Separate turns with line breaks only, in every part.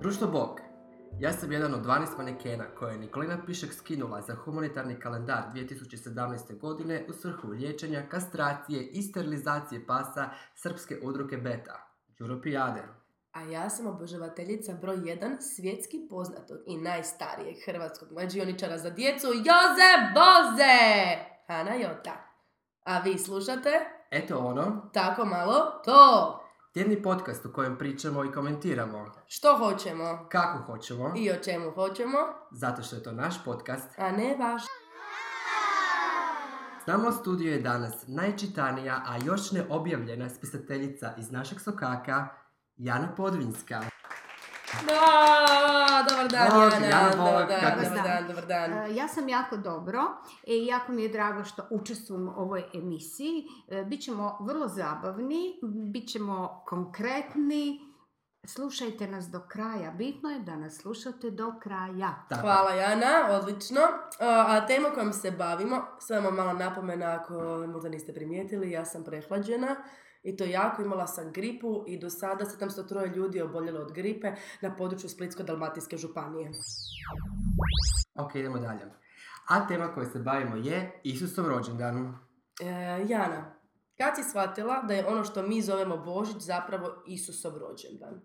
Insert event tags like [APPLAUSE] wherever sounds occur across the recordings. Društvo Bog. Ja sam jedan od 12 manekena koje je Nikolina Pišek skinula za humanitarni kalendar 2017. godine u svrhu liječenja, kastracije i sterilizacije pasa srpske udruke Beta, Europijade.
A ja sam obožavateljica broj 1 svjetski poznatog i najstarijeg hrvatskog mađioničara za djecu Joze Boze! Hana Jota. A vi slušate?
Eto ono,
Tako malo to!
tjedni podcast u kojem pričamo i komentiramo
Što hoćemo?
kako hoćemo,
I o čemu hoćemo?
zato što je to naš podcast.
A ne vaš.
S nama u studiju je danas najčitanija, a još neobjavljena spisateljica iz našeg sokaka, Jana Podvinska.
Da, dobar dan,
Bog,
Jana.
Jana,
dobar
Bog,
dan,
kako
dobar
ste?
dan, dobar dan.
E, Ja sam jako dobro i jako mi je drago što učestvujem u ovoj emisiji. E, Bićemo vrlo zabavni, bićemo konkretni. Slušajte nas do kraja. Bitno je da nas slušate do kraja.
Tako.
Hvala Jana, odlično. A a tema kojom se bavimo, samo mala napomena ako možda niste primijetili, ja sam prehlađena i to jako imala sam gripu i do sada 703 ljudi je oboljelo od gripe na području Splitsko-Dalmatinske županije.
Ok, idemo dalje. A tema koju se bavimo je Isusov rođendan.
E, Jana, kad si shvatila da je ono što mi zovemo Božić zapravo Isusov rođendan?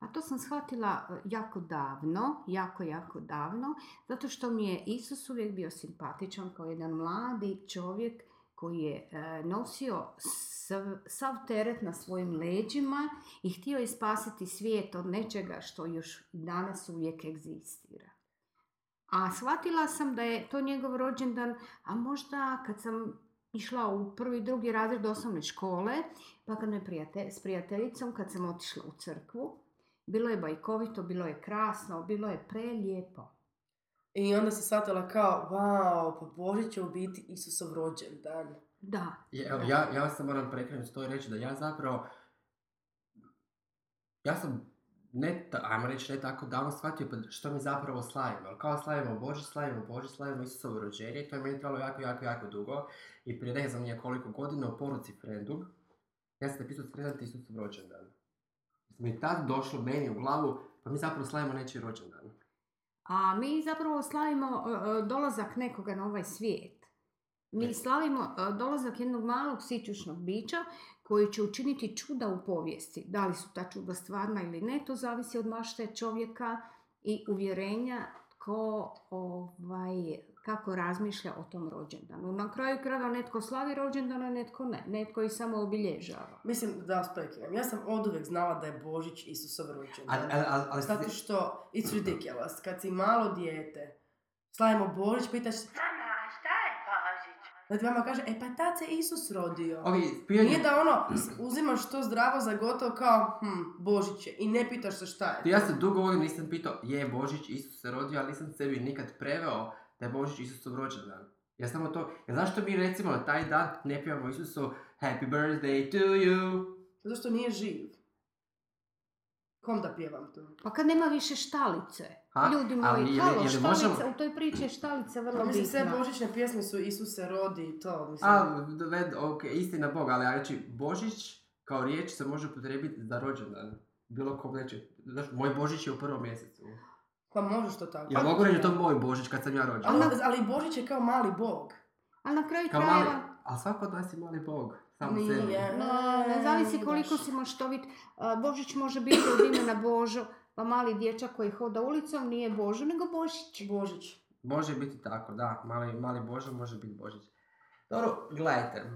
A to sam shvatila e, jako davno, jako, jako davno, zato što mi je Isus uvijek bio simpatičan kao jedan mladi čovjek koji je e, nosio sv- sav teret na svojim leđima i htio je spasiti svijet od nečega što još danas uvijek egzistira. A shvatila sam da je to njegov rođendan, a možda kad sam išla u prvi i drugi razred osnovne škole, pa kad me prijate, s prijateljicom, kad sam otišla u crkvu, bilo je bajkovito, bilo je krasno, bilo je prelijepo.
I onda si shvatila kao, wow, pa Božić će u biti Isusov rođendan.
Da,
I Evo, ja, ja sam moram prekrenuti to i reći da ja zapravo... Ja sam ne, ta- ajmo reći, ne tako davno shvatio pa što mi zapravo slavimo. Jel Kao slavimo Bože, slavimo Bože, slavimo Isusovo rođenje i to je meni trebalo jako, jako, jako dugo. I prije ne znam nije koliko godina u poruci frendu, ja sam napisao sredan ti Isusov rođendan. Mi je tad došlo meni u glavu, pa mi zapravo slavimo nečiji rođendan.
a mi zapravo slavimo e, e, dolazak nekoga na ovaj svijet.
E.
Mi slavimo e, dolazak jednog malog sićušnog bića koji će učiniti čuda u povijesti. Da li su ta čuda stvarna ili ne, to zavisi od mašte čovjeka i uvjerenja tko ovaj, kako razmišlja o tom rođendanu. Na kraju krajeva netko slavi rođendan, a netko ne. Netko ih samo obilježava.
Mislim, da vas prekinem. Ja sam oduvijek znala da je Božić Isusov
Ali,
rođendan.
ali, ali, ali,
Zato što, it's ridiculous, kad si malo dijete, slavimo Božić, pitaš Mama, šta je Božić? Da ti mama kaže, e pa tad se Isus rodio.
Ovi,
Nije da ono, s- uzimaš to zdravo za gotovo kao, hm, Božić je, i ne pitaš se šta je.
Ja se dugo godina nisam pitao, je Božić Isus se rodio, ali nisam sebi nikad preveo da je Božić Isusov rođendan. Ja samo to, ja zašto mi recimo na taj dan ne pjevamo Isusu Happy birthday to you?
Zato što nije živ. Kom da pjevam to?
Pa kad nema više štalice.
Ha,
Ljudi
Pa, ali je li-
moji, halo,
je li
štalica,
možemo-
u toj priči je štalica vrlo
Mislim, sve
bitna.
božićne pjesme su Isuse rodi i to, mislim.
A, doved, ok, istina Bog, ali ja reći Božić kao riječ se može upotrijebiti za rođendan. Bilo kom neće. Znaš, moj Božić je u prvom mjesecu.
Pa možeš to tako.
Ja mogu reći da je to moj Božić kad sam ja
Ali,
rođen.
ali Božić je kao mali bog.
Ali na kraju
Kao mali,
krajeva,
ali svako od nas je mali Bog. Samo
Nije.
sebi.
no, ne zavisi koliko si maštovit. A, Božić može biti od imena Božo, pa mali dječak koji hoda ulicom nije Božo, nego Božić.
Božić.
Može biti tako, da. Mali, mali Božo može biti Božić. Dobro, gledajte.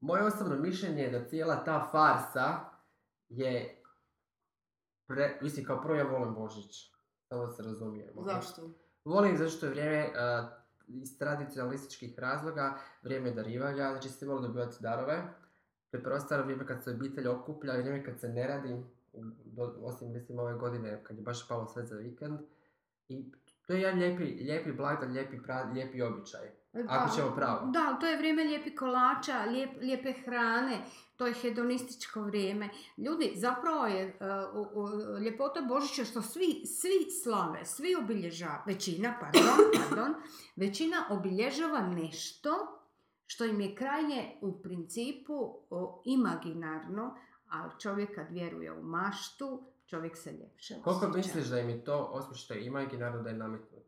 Moje osobno mišljenje je da cijela ta farsa je... Pre, mislim, kao prvo ja volim Božić. Samo da se razumijemo.
Zašto?
Volim zato što je vrijeme eh, iz tradicionalističkih razloga, vrijeme darivanja, znači svi vole dobivati darove. To je preostalo vrijeme kad se obitelj okuplja, vrijeme kad se ne radi, do- osim mislim ove godine kad je baš palo sve za vikend. I to je jedan lijepi, lijepi blagdan, lijepi, pra- lijepi običaj. Ako ćemo pravo.
Da, ali to je vrijeme lijepih kolača, lijep- lijepe hrane, to je hedonističko vrijeme. Ljudi, zapravo je e, o- o- ljepota Božića što svi, svi slave, svi obilježava, većina, pardon,
[COUGHS]
pardon, većina obilježava nešto što im je krajnje u principu o, imaginarno, ali čovjek kad vjeruje u maštu, čovjek se ljepše
Koliko
osjeća.
misliš da im je to, osim što je imaginarno da je nametnuto?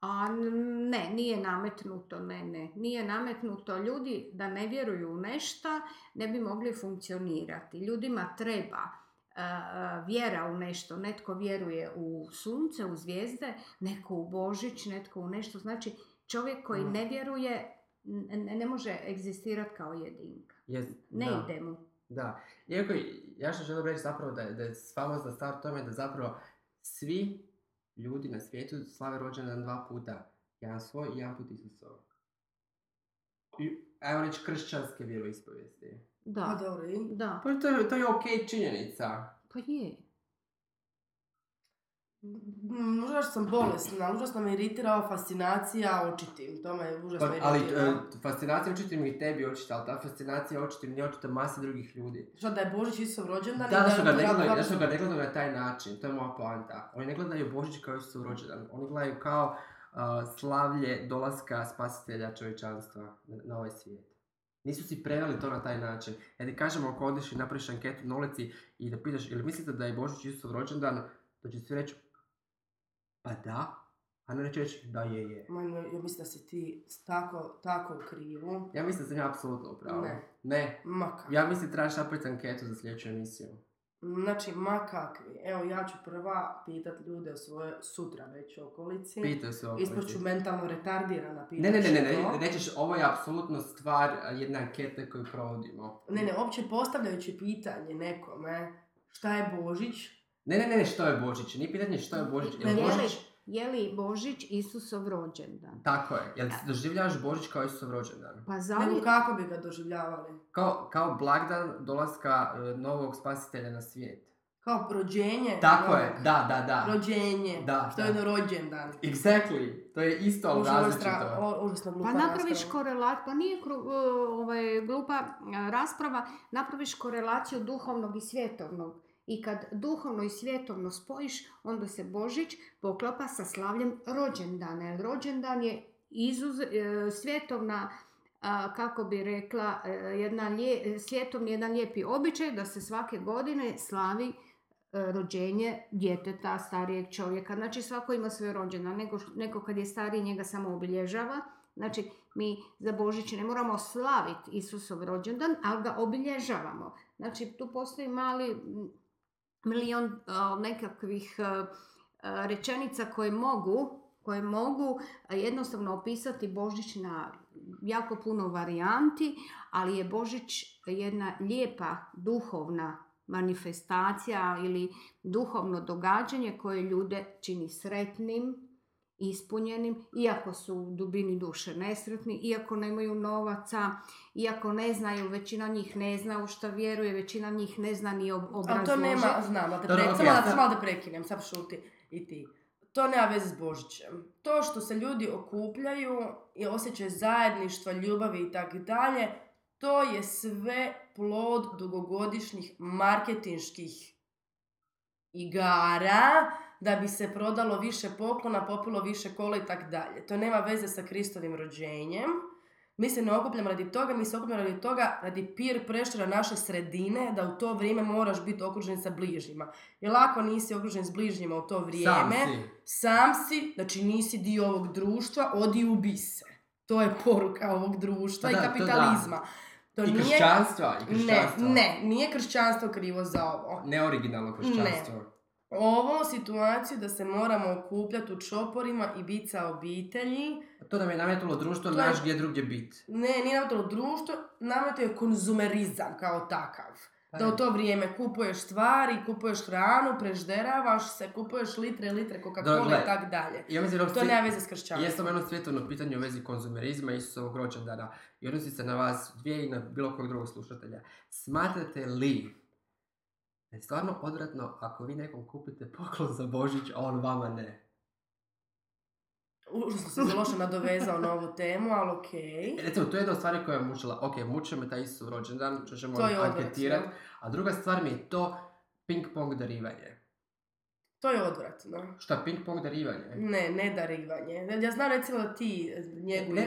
A n- ne, nije nametnuto, ne, ne. Nije nametnuto. Ljudi da ne vjeruju u nešto ne bi mogli funkcionirati. Ljudima treba e, vjera u nešto. Netko vjeruje u sunce, u zvijezde, neko u Božić, netko u nešto. Znači čovjek koji
Mm.
ne vjeruje n- ne, ne može egzistirati kao jedinka.
Jest,
Ne
da.
ide mu.
Da, iako i- ja što želim reći zapravo da je, da je famozna stvar tome da zapravo svi ljudi na svijetu slave rođendan dva puta. Jedan svoj i jedan put Isusov. I, ajmo reći kršćanske vjeroispovijesti.
Pa
Da,
dobro, i?
da.
Pa to je, to je okej činjenica.
Pa je.
Mm, Užasno sam bolesna, užasno me iritirala fascinacija očitim. To me užasno
Pa, ali
iritira.
e, fascinacija očitim i tebi očita, ali ta fascinacija očitim nije očita masi drugih ljudi.
Šta da je Božić Isusov rođendan? i
Da, da su ga
to
ne
ja-
gledaju, da su ga ne gledaju na taj način, to je moja poanta. Oni ne gledaju Božić kao Isusov rođendan, oni gledaju kao uh, slavlje dolaska spasitelja čovječanstva na, na ovaj svijet. Nisu si preveli to na taj način. Ja ti kažem, ako odeš i napraviš anketu na ulici i da pitaš ili mislite da je Božić Isusov rođendan, to će svi reći pa da, a ne neće reći da je je.
Ma, no, ja mislim da si ti tako, tako u krivu.
Ja mislim da sam ja apsolutno u pravu.
Ne.
ne.
Ma kak.
Ja mislim trebaš napraviti anketu za sljedeću emisiju.
Znači, ma kakvi. Evo, ja ću prva pitat ljude u svoje sutra već okolici.
Pitaju se ovo.
Ispašću mentalno retardirana
Ne, ne, ne, ne,
pitaću Znači, to.
ne, rećeš ovo je apsolutno stvar a, jedne ankete koju provodimo.
Ne, ne, uopće postavljajući pitanje nekome šta je Božić,
Ne, ne, ne, ne, što je Božić? Nije pitanje što je Božić.
Ne,
Jel
je li-
Božić...
Je li Božić Isusov rođendan?
Tako je. Jel doživljavaš Božić kao Isusov rođendan?
Pa
nego
zavi...
kako bi ga doživljavali.
Kao, kao blagdan dolaska e, novog spasitelja na svijet.
Kao rođenje.
Tako je,
novog.
da, da, da.
Rođenje.
Da,
što
da.
je jedno rođendan.
Exactly. To je isto, ali
Užasno
različito.
stra- o- užasno glupa
Pa napraviš
rasprava.
korelat, pa nije kru- e, ovaj, glupa e, rasprava, napraviš korelaciju duhovnog i svjetovnog. I kad duhovno i svjetovno spojiš, onda se Božić poklapa sa slavljem rođendana. Jer rođendan je izuz, e, svjetovna, a, kako bi rekla, e, jedna lije, svjetovni jedan lijepi običaj da se svake godine slavi e, rođenje djeteta, starijeg čovjeka. Znači svako ima svoj rođendan. Neko, neko kad je stariji njega samo obilježava. Znači mi za Božić ne moramo slaviti Isusov rođendan, ali ga obilježavamo. Znači tu postoji mali m, milion a, nekakvih a, a, rečenica koje mogu koje mogu a, jednostavno opisati Božić na jako puno varijanti, ali je Božić jedna lijepa duhovna manifestacija ili duhovno događanje koje ljude čini sretnim, ispunjenim, iako su u dubini duše nesretni, iako nemaju novaca, iako ne znaju, većina njih ne zna u što vjeruje, većina njih ne zna ni ob-
Ali to nema,
obrazložiti.
znam, ali te
Dobro,
pre-
ok,
samo da-
sad-
samo da prekinem, sam šuti i ti. To nema veze s Božićem. To što se ljudi okupljaju i osjećaj zajedništva, ljubavi i tako dalje, to je sve plod dugogodišnjih marketinških igara da bi se prodalo više poklona, popilo više kola i tak dalje. To nema veze sa Kristovim rođenjem. Mi se ne okupljamo radi toga, mi se okupljamo radi toga, radi peer pressure naše sredine, da u to vrijeme moraš biti okružen sa bližnjima. Jer ako nisi okružen s bližnjima u to vrijeme,
Sam si.
sam si, znači nisi dio ovog društva, odi i ubi se. To je poruka ovog društva
Pa da,
i
to da.
kapitalizma. To,
I
nije...
kršćanstva, i
Ne,
kršćanstva.
ne, nije kršćanstvo krivo za ovo.
Neoriginalno kršćanstvo.
Ovo situaciju da se moramo okupljati u čoporima i biti sa obitelji,
To nam je nametnulo društvo,
To je-
naš gdje drugdje bit.
ne, nije nam to društvo, nama to je konzumerizam kao takav.
Pa
Da u to vrijeme kupuješ stvari, kupuješ hranu, prežderavaš se, kupuješ litre, litre
Dobro,
Coca-Cola
gledaj.
i tak dalje.
Ja mislim,
To nema veze s kršćanstvom.
Jesam jedno ono svjetovno pitanje u vezi konzumerizma i Isusovog rođendana i odnosi se na vas dvije i na bilo kojeg drugog slušatelja. Smatrate li da je stvarno odvratno ako vi nekom kupite poklon za Božić, a on vama ne?
Užasno sam se loše nadovezao na ovu temu, ali
[LAUGHS]
okej.
E, Recimo, to je jedna od stvari koja je mučila. Ok, muče me taj Isusov rođendan, što ćemo
To je
anketirat.
odvratno.
A druga stvar mi je to ping-pong darivanje.
To je odvratno.
Šta, ping-pong darivanje?
Ne, ne darivanje. Ja znam recimo da ti njeguješ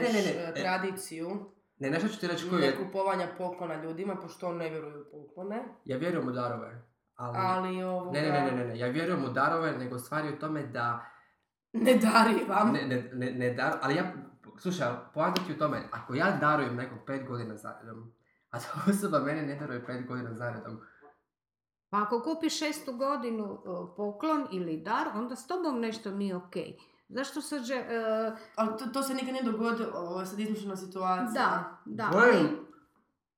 Ne, ne, ne, ne.
eh, tradiciju
Ne, nešto ću ti reći koju je...
nekupovanja poklona ljudima, pošto on ne vjeruje u poklone.
Ja vjerujem u darove. Ali,
ali ovo...
Ne, ne, ne, ne, ne, ne, ja vjerujem u darove, nego stvari u tome da...
Ne dari vam.
Ne, ne, ne, ne dar, ali ja, slušaj, ali poanta ti je u tome, ako ja darujem nekog pet godina zaredom, a ta osoba mene ne daruje pet godina zaredom,
Pa ako kupiš šestu godinu e, poklon ili dar, onda s tobom nešto nije ok. Zašto se že... e,
Ali to, to se nikad ne dogodilo, ovo je sad izmišljena situacija.
da, da.
Volim.
ali-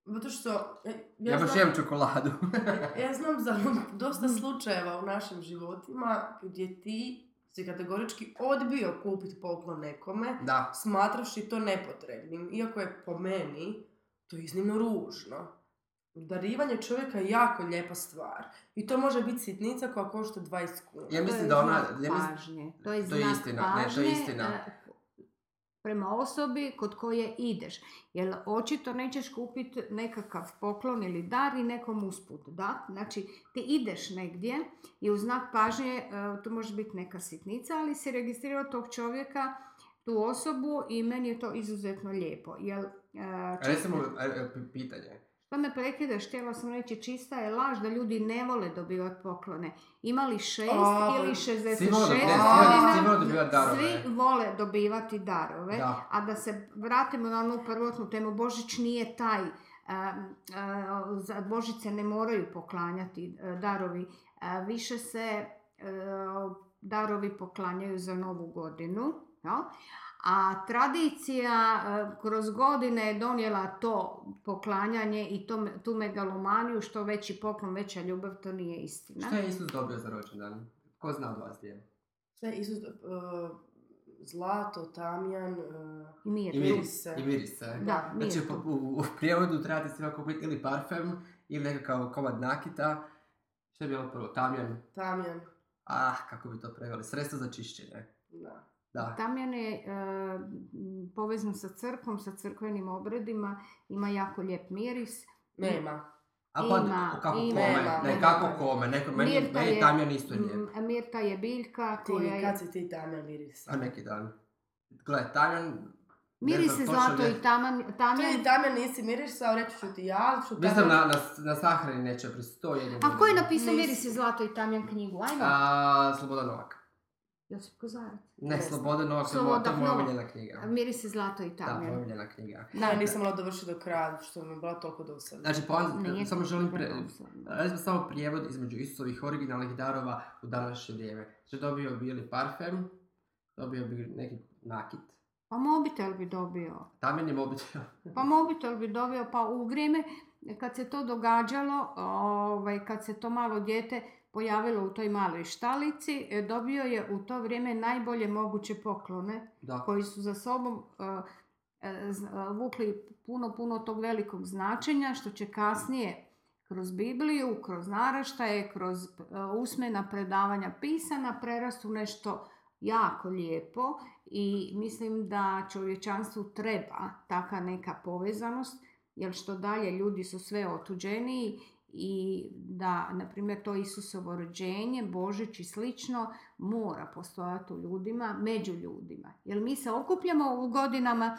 Zato što... e,
ja, baš
znam-
jem čokoladu. [LAUGHS]
[LAUGHS] Ja znam za dosta slučajeva u našim životima gdje ti si kategorički odbio kupiti poklon nekome,
da,
smatravši to nepotrebnim, iako je po meni to iznimno ružno. Darivanje čovjeka je jako lijepa stvar. I to može biti sitnica koja košta 20 kuna.
Ja
To
mislim
je
da ona-
znak
ja mislim-
pažnje. To je
to je
znak
istina, ne, to je
pažnje,
istina.
e, prema osobi kod koje ideš. Jer očito nećeš kupiti nekakav poklon ili dar i nekom usput. Da? Znači, ti ideš negdje i u znak pažnje, e, to može biti neka sitnica, ali si registrirao tog čovjeka, tu osobu i meni je to izuzetno lijepo. Jer, e,
recimo,
često-
e, e, p- pitanje.
pa me prekidaš, htjela sam reći, čista je laž da ljudi ne vole dobivati poklone. Imali šest
A,
ili
pa-
66
Svi vole dobivati-
godina,
svi vole dobivati darove.
svi vole dobivati darove.
Da,
A da se vratimo na onu prvotnu temu, Božić nije taj, em, e, za Božić se ne moraju poklanjati e, darovi. E, Više se e, darovi poklanjaju za novu godinu. jel? A tradicija e, kroz godine je donijela to poklanjanje i to, me- tu megalomaniju, što veći poklon, veća ljubav, to nije istina.
šta je Isus dobio za rođendan? Ko zna od vas gdje? je?
Sve Isus, e, zlato, tamjan, e,
Mir.
I
vidi
mir.
se.
I mirise.
Da, mir.
Znači, po- u, u prijevodu trebate svima kupiti ili parfem, ili nekakav komad nakita, što je bilo prvo, tamjan,
Tamjan,
ah, kako bi to preveli, sredstvo za čišćenje.
da.
Da,
Tamjan je e, m, povezan sa crkvom, sa crkvenim obredima, ima jako lijep miris.
Nema.
a pa
Ima,
kako
ima.
kome,
Nema,
ne,
nema.
kako kome, neko, meni,
Mirta
meni
je- Mm.
tamjan isto nije,
M, Mirta je biljka
Ti,
koja je...
kad si ti tamjan miris?
a neki dan. Gle, tamjan,
Miris je
Ne znam točno
zlato
gdje.
i taman, tamjan.
Ti tamjan nisi mirisao, reći ću ti ja, ali ću
mislim
tamjan-
na, na, na sahrani neće pri sto jedinu.
A ko je napisao
Nis-
Miris je zlato i tamjan knjigu? Ajmo.
A, Slobodan Novak.
Josip Kozarac.
Ne,
Ne znam.
Slobodan Novak, to je moja- to je
Slobodan
moja
Novak.
omiljena knjiga.
Miris je zlato i
Da, moja
tamjan.
omiljena knjiga.
Da, nisam mogla dovršiti do kraja, što mi je bila toliko dosadna.
Znači, pa
Nije
samo želim pre,
predosadno.
Recimo samo prijevod između Isusovih originalnih darova u današnje vrijeme. Znači dobio bi ili parfem, dobio bi neki nakit.
Pa mobitel bi dobio.
Tamen je mobitel.
Pa mobitel bi dobio, pa u vrijeme kad se to događalo, ovaj, kad se to malo dijete pojavilo u toj maloj štalici, e, dobio je u to vrijeme najbolje moguće poklone
Da.
koji su za sobom e, e, z- e, vukli puno, puno tog velikog značenja, što će kasnije kroz Bibliju, kroz naraštaje, kroz e, usmena predavanja pisana prerastu nešto jako lijepo i mislim da čovječanstvu treba taka neka povezanost, jer što dalje ljudi su sve otuđeniji i da, na primjer, to Isusovo rođenje, Božić i slično, mora postojati u ljudima, među ljudima. Jer mi se okupljamo u godinama,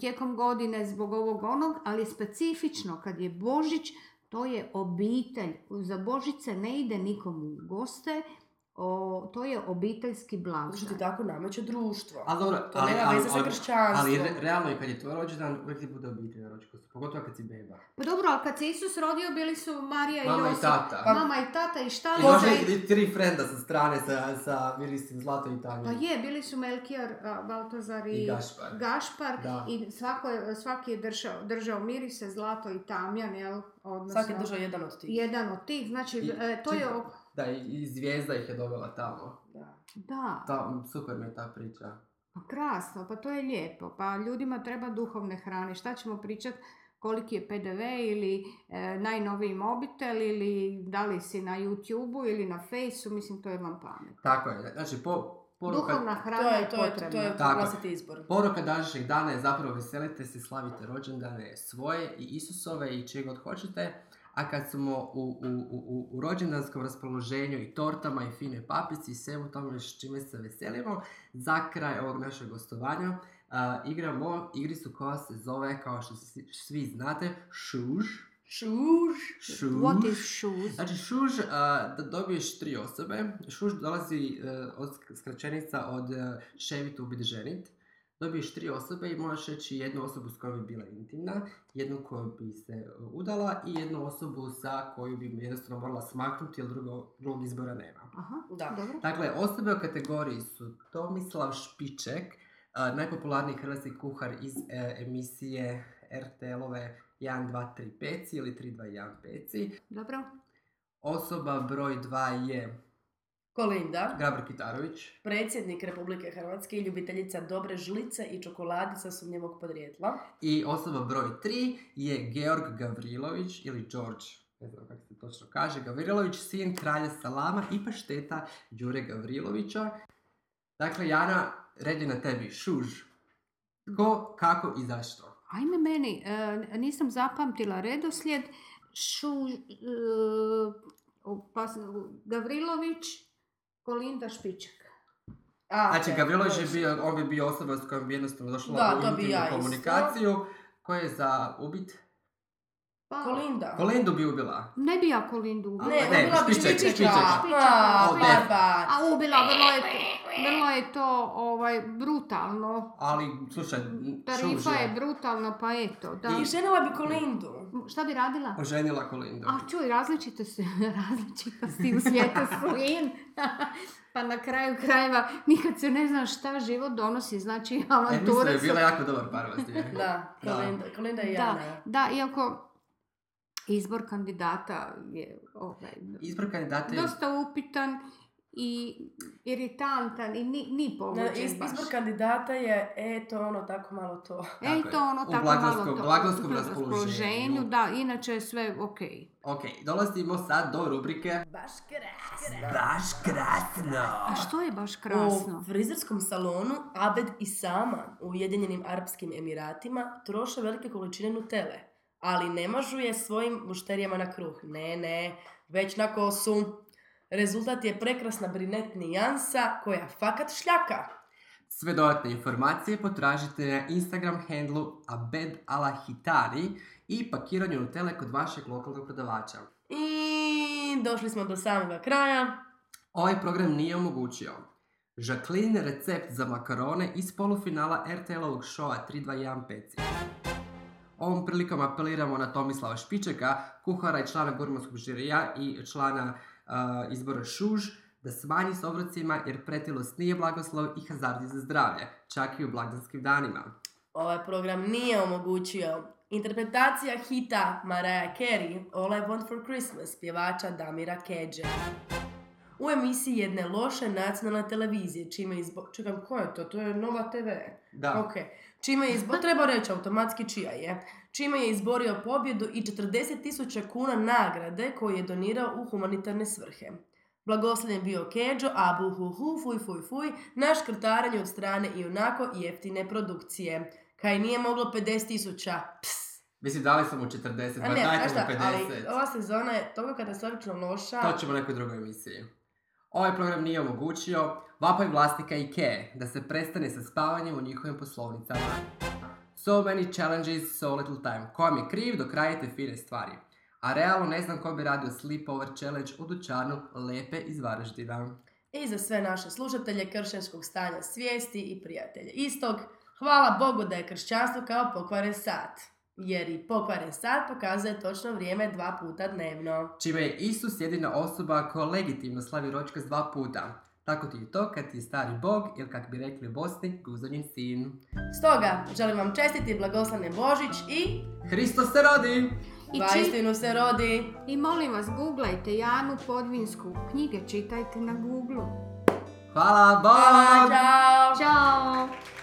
tijekom godine zbog ovog onog, ali specifično kad je Božić, to je obitelj. Za Božić se ne ide nikomu u goste, o, to je obiteljski
Zato što ti
blagdan.
tako nameće društvo.
Ali dobro,
to
ali,
nema
ali,
veze sa
ali, ali
kršćanstvom.
re- realno je kad je tvoj rođendan, uvijek ti bude obitelj na rođendan, pogotovo kad si beba.
Pa dobro, ali kad se Isus rodio, bili su Marija i
Mama i
Josip.
tata.
Pa-
Mama i tata i šta
I
li
došli
da je-
i tri frenda sa strane sa, sa Virisim, Zlato i Tanja.
Pa je, bili su Melkior, a, Baltazar i,
I Gašpar.
Gašpar.
Da.
I svako je- svaki je držao, držao mirise, zlato i tamjan, jel? Odnosno,
Svaki je držao jedan od tih.
jedan od tih. Znači,
I-
e, to je...
čekaj.
o-
Da, i, i zvijezda ih je dovela tamo.
Da.
Da,
Ta, super mi je ta priča.
pa krasno, pa to je lijepo. Pa ljudima treba duhovne hrane. Šta ćemo pričati koliki je PDV ili e, najnoviji mobitel ili da li si na youtube ili na Faceu, mislim to je vam pamet.
Tako je, znači po, poruka,
Duhovna
To
hrana
je, to je, to
potrebna.
je, to je
Tako je.
vlastiti izbor.
Poruka današnjeg dana je zapravo veselite se, slavite rođendane svoje i Isusove i čeg god hoćete, a kad smo u, u, u- u, u rođendanskom raspoloženju i tortama i finoj papici i svemu tome s čime se veselimo, za kraj ovog našeg gostovanja a, igramo igricu koja se zove, kao što svi- svi znate, šuž.
Šuž.
Šuž.
What is shoes?
Znači, šuž, a, da dobiješ tri osobe. Šuž dolazi e, od sk- skraćenica od e, ševit ubit ženit. Dobiješ tri osobe i možeš reći jednu osobu s kojom bi bila intimna, jednu koju bi se e, udala i jednu osobu sa koju bi jednostavno morala smaknuti jer drugo, drugog izbora nema.
Aha,
Da.
dobro.
Dakle, osobe u kategoriji su Tomislav Špiček, a, najpopularniji hrvatski kuhar iz e, emisije RTL-ove 1, 2, 3, 5 ili 3, 2, 1, 5.
Dobro.
Osoba broj 2 je
Kolinda.
Grabar Kitarović.
Predsjednik Republike Hrvatske i ljubiteljica dobre žlice i čokolade sa sumnjivog podrijetla.
I osoba broj 3 je Georg Gavrilović ili George, ne znam kako se točno kaže, Gavrilović, sin kralja Salama i pašteta Đure Gavrilovića. Dakle, Jana, red je na tebi, šuž. Tko, kako i zašto?
Ajme meni, e, nisam zapamtila redoslijed. Šu, e, o, pa, Gavrilović, Kolinda Špičak.
A,
Znači,
ok,
Gavrilović je
može.
bio, on bi bio osoba s kojom bi jednostavno došla
Da,
u
to bi
intimnu
ja isto.
komunikaciju. Koja je za ubit?
Pa,
Kolinda.
Kolindu bi ubila.
Ne bi ja Kolindu ubila. Pa,
Ne,
Ne,
ubila bi
Špiček,
Špičeka.
Špičeka. Pa,
A,
Špiček.
barbar.
A ubila, vrlo je, vrlo je to ovaj, brutalno.
Ali, slušaj, šuž
Tarifa je brutalno, pa eto. Da.
I ženila bi Kolindu.
Šta bi radila?
oženila Kolindu.
A čuj, različite se, [LAUGHS] različitosti u
[LAUGHS]
svijetu su in. [LAUGHS] pa na kraju krajeva nikad se ne zna šta život donosi, znači
E, mislim da
avanture
je
su...
bila jako dobar par vas dvije.
[LAUGHS] Da,
Da.
Kolinda, Kolinda i
Da,
Jana.
da, iako izbor kandidata je ovaj,
Izbor kandidata je
dosta upitan i iritantan i ni, ni
Na,
povučen
iz,
baš.
izbor kandidata je, e, to ono, tako malo to. [LAUGHS]
Tako
Ej,
je.
to ono
U
tako
blagdanskom-
malo to.
blagdanskom
u
raspoloženju.
Da, inače je sve ok.
Ok, dolazimo sad do rubrike
Baš krasno.
Baš krasno!
A što je baš krasno?
U frizerskom salonu Abed i Sama u Ujedinjenim Arapskim Emiratima troše velike količine nutele, ali ne mažu je svojim mušterijama na kruh. Ne, ne, već na kosu. Rezultat je prekrasna brinet nijansa koja fakat šljaka.
Sve dodatne informacije potražite na Instagram handlu Abed Alahitari i pakiranju Nutelle kod vašeg lokalnog prodavača.
I došli smo do samoga kraja.
Ovaj program nije omogućio. Jacqueline recept za makarone iz polufinala RTL-ovog šoa 3215. Ovom prilikom apeliramo na Tomislava Špičeka, kuhara i člana gurmanskog žirija i člana a, izbora Šuž, da smanji s obrocima jer pretilost nije blagoslov i hazard je za zdravlje, čak i u blagdanskim danima.
Ovaj program nije omogućio interpretacija hita Mariah Carey All I Want For Christmas pjevača Damira Kedže. U emisiji jedne loše nacionalne televizije, čime izbo... Čekam, ko je to? To je Nova TV.
Da,
Ok. Čime je izbo... Treba reći automatski čija je. Čime je izborio pobjedu i 40.000 kuna nagrade koju je donirao u humanitarne svrhe. Blagoslov je bio Kedžo, a buhuhu, fuj, fuj, fuj, na škrtaranju od strane i onako jeftine produkcije. Kaj nije moglo 50 tisuća.
mislim dali sam mu 40,
A
pa
E, ne,
dajte
znaš
mu 50.
šta, ali ova sezona je toga katastrofično loša.
To ćemo u nekoj drugoj emisiji. Ovaj program nije omogućio vapaj vlasnika IKEA da se prestane sa spavanjem u njihovim poslovnicama. So many challenges, so little time. Ko vam je kriv, dokrajite fine stvari. A realno ne znam ko bi radio sleepover challenge u dućanu Lepe iz Varaždina.
I za sve naše slušatelje kršćanskog stanja svijesti i prijatelje istog, hvala Bogu da je kršćanstvo kao pokvaren sat. Jer i pokvaren sat pokazuje točno vrijeme dva puta dnevno.
Čime je Isus jedina osoba koja legitimno slavi ročkas dva puta. Tako ti je to kad ti je stari bog ili kak bi rekli u Bosni, guzanjin sin.
Stoga, želim vam čestiti blagoslavne Božić i...
Hristo se rodi!
I,
Va
čit-
istinu se rodi!
I molim vas, googlajte Janu Podvinsku. Knjige čitajte na Googlu.
Hvala, bog!
Hvala, čao!
Ćao!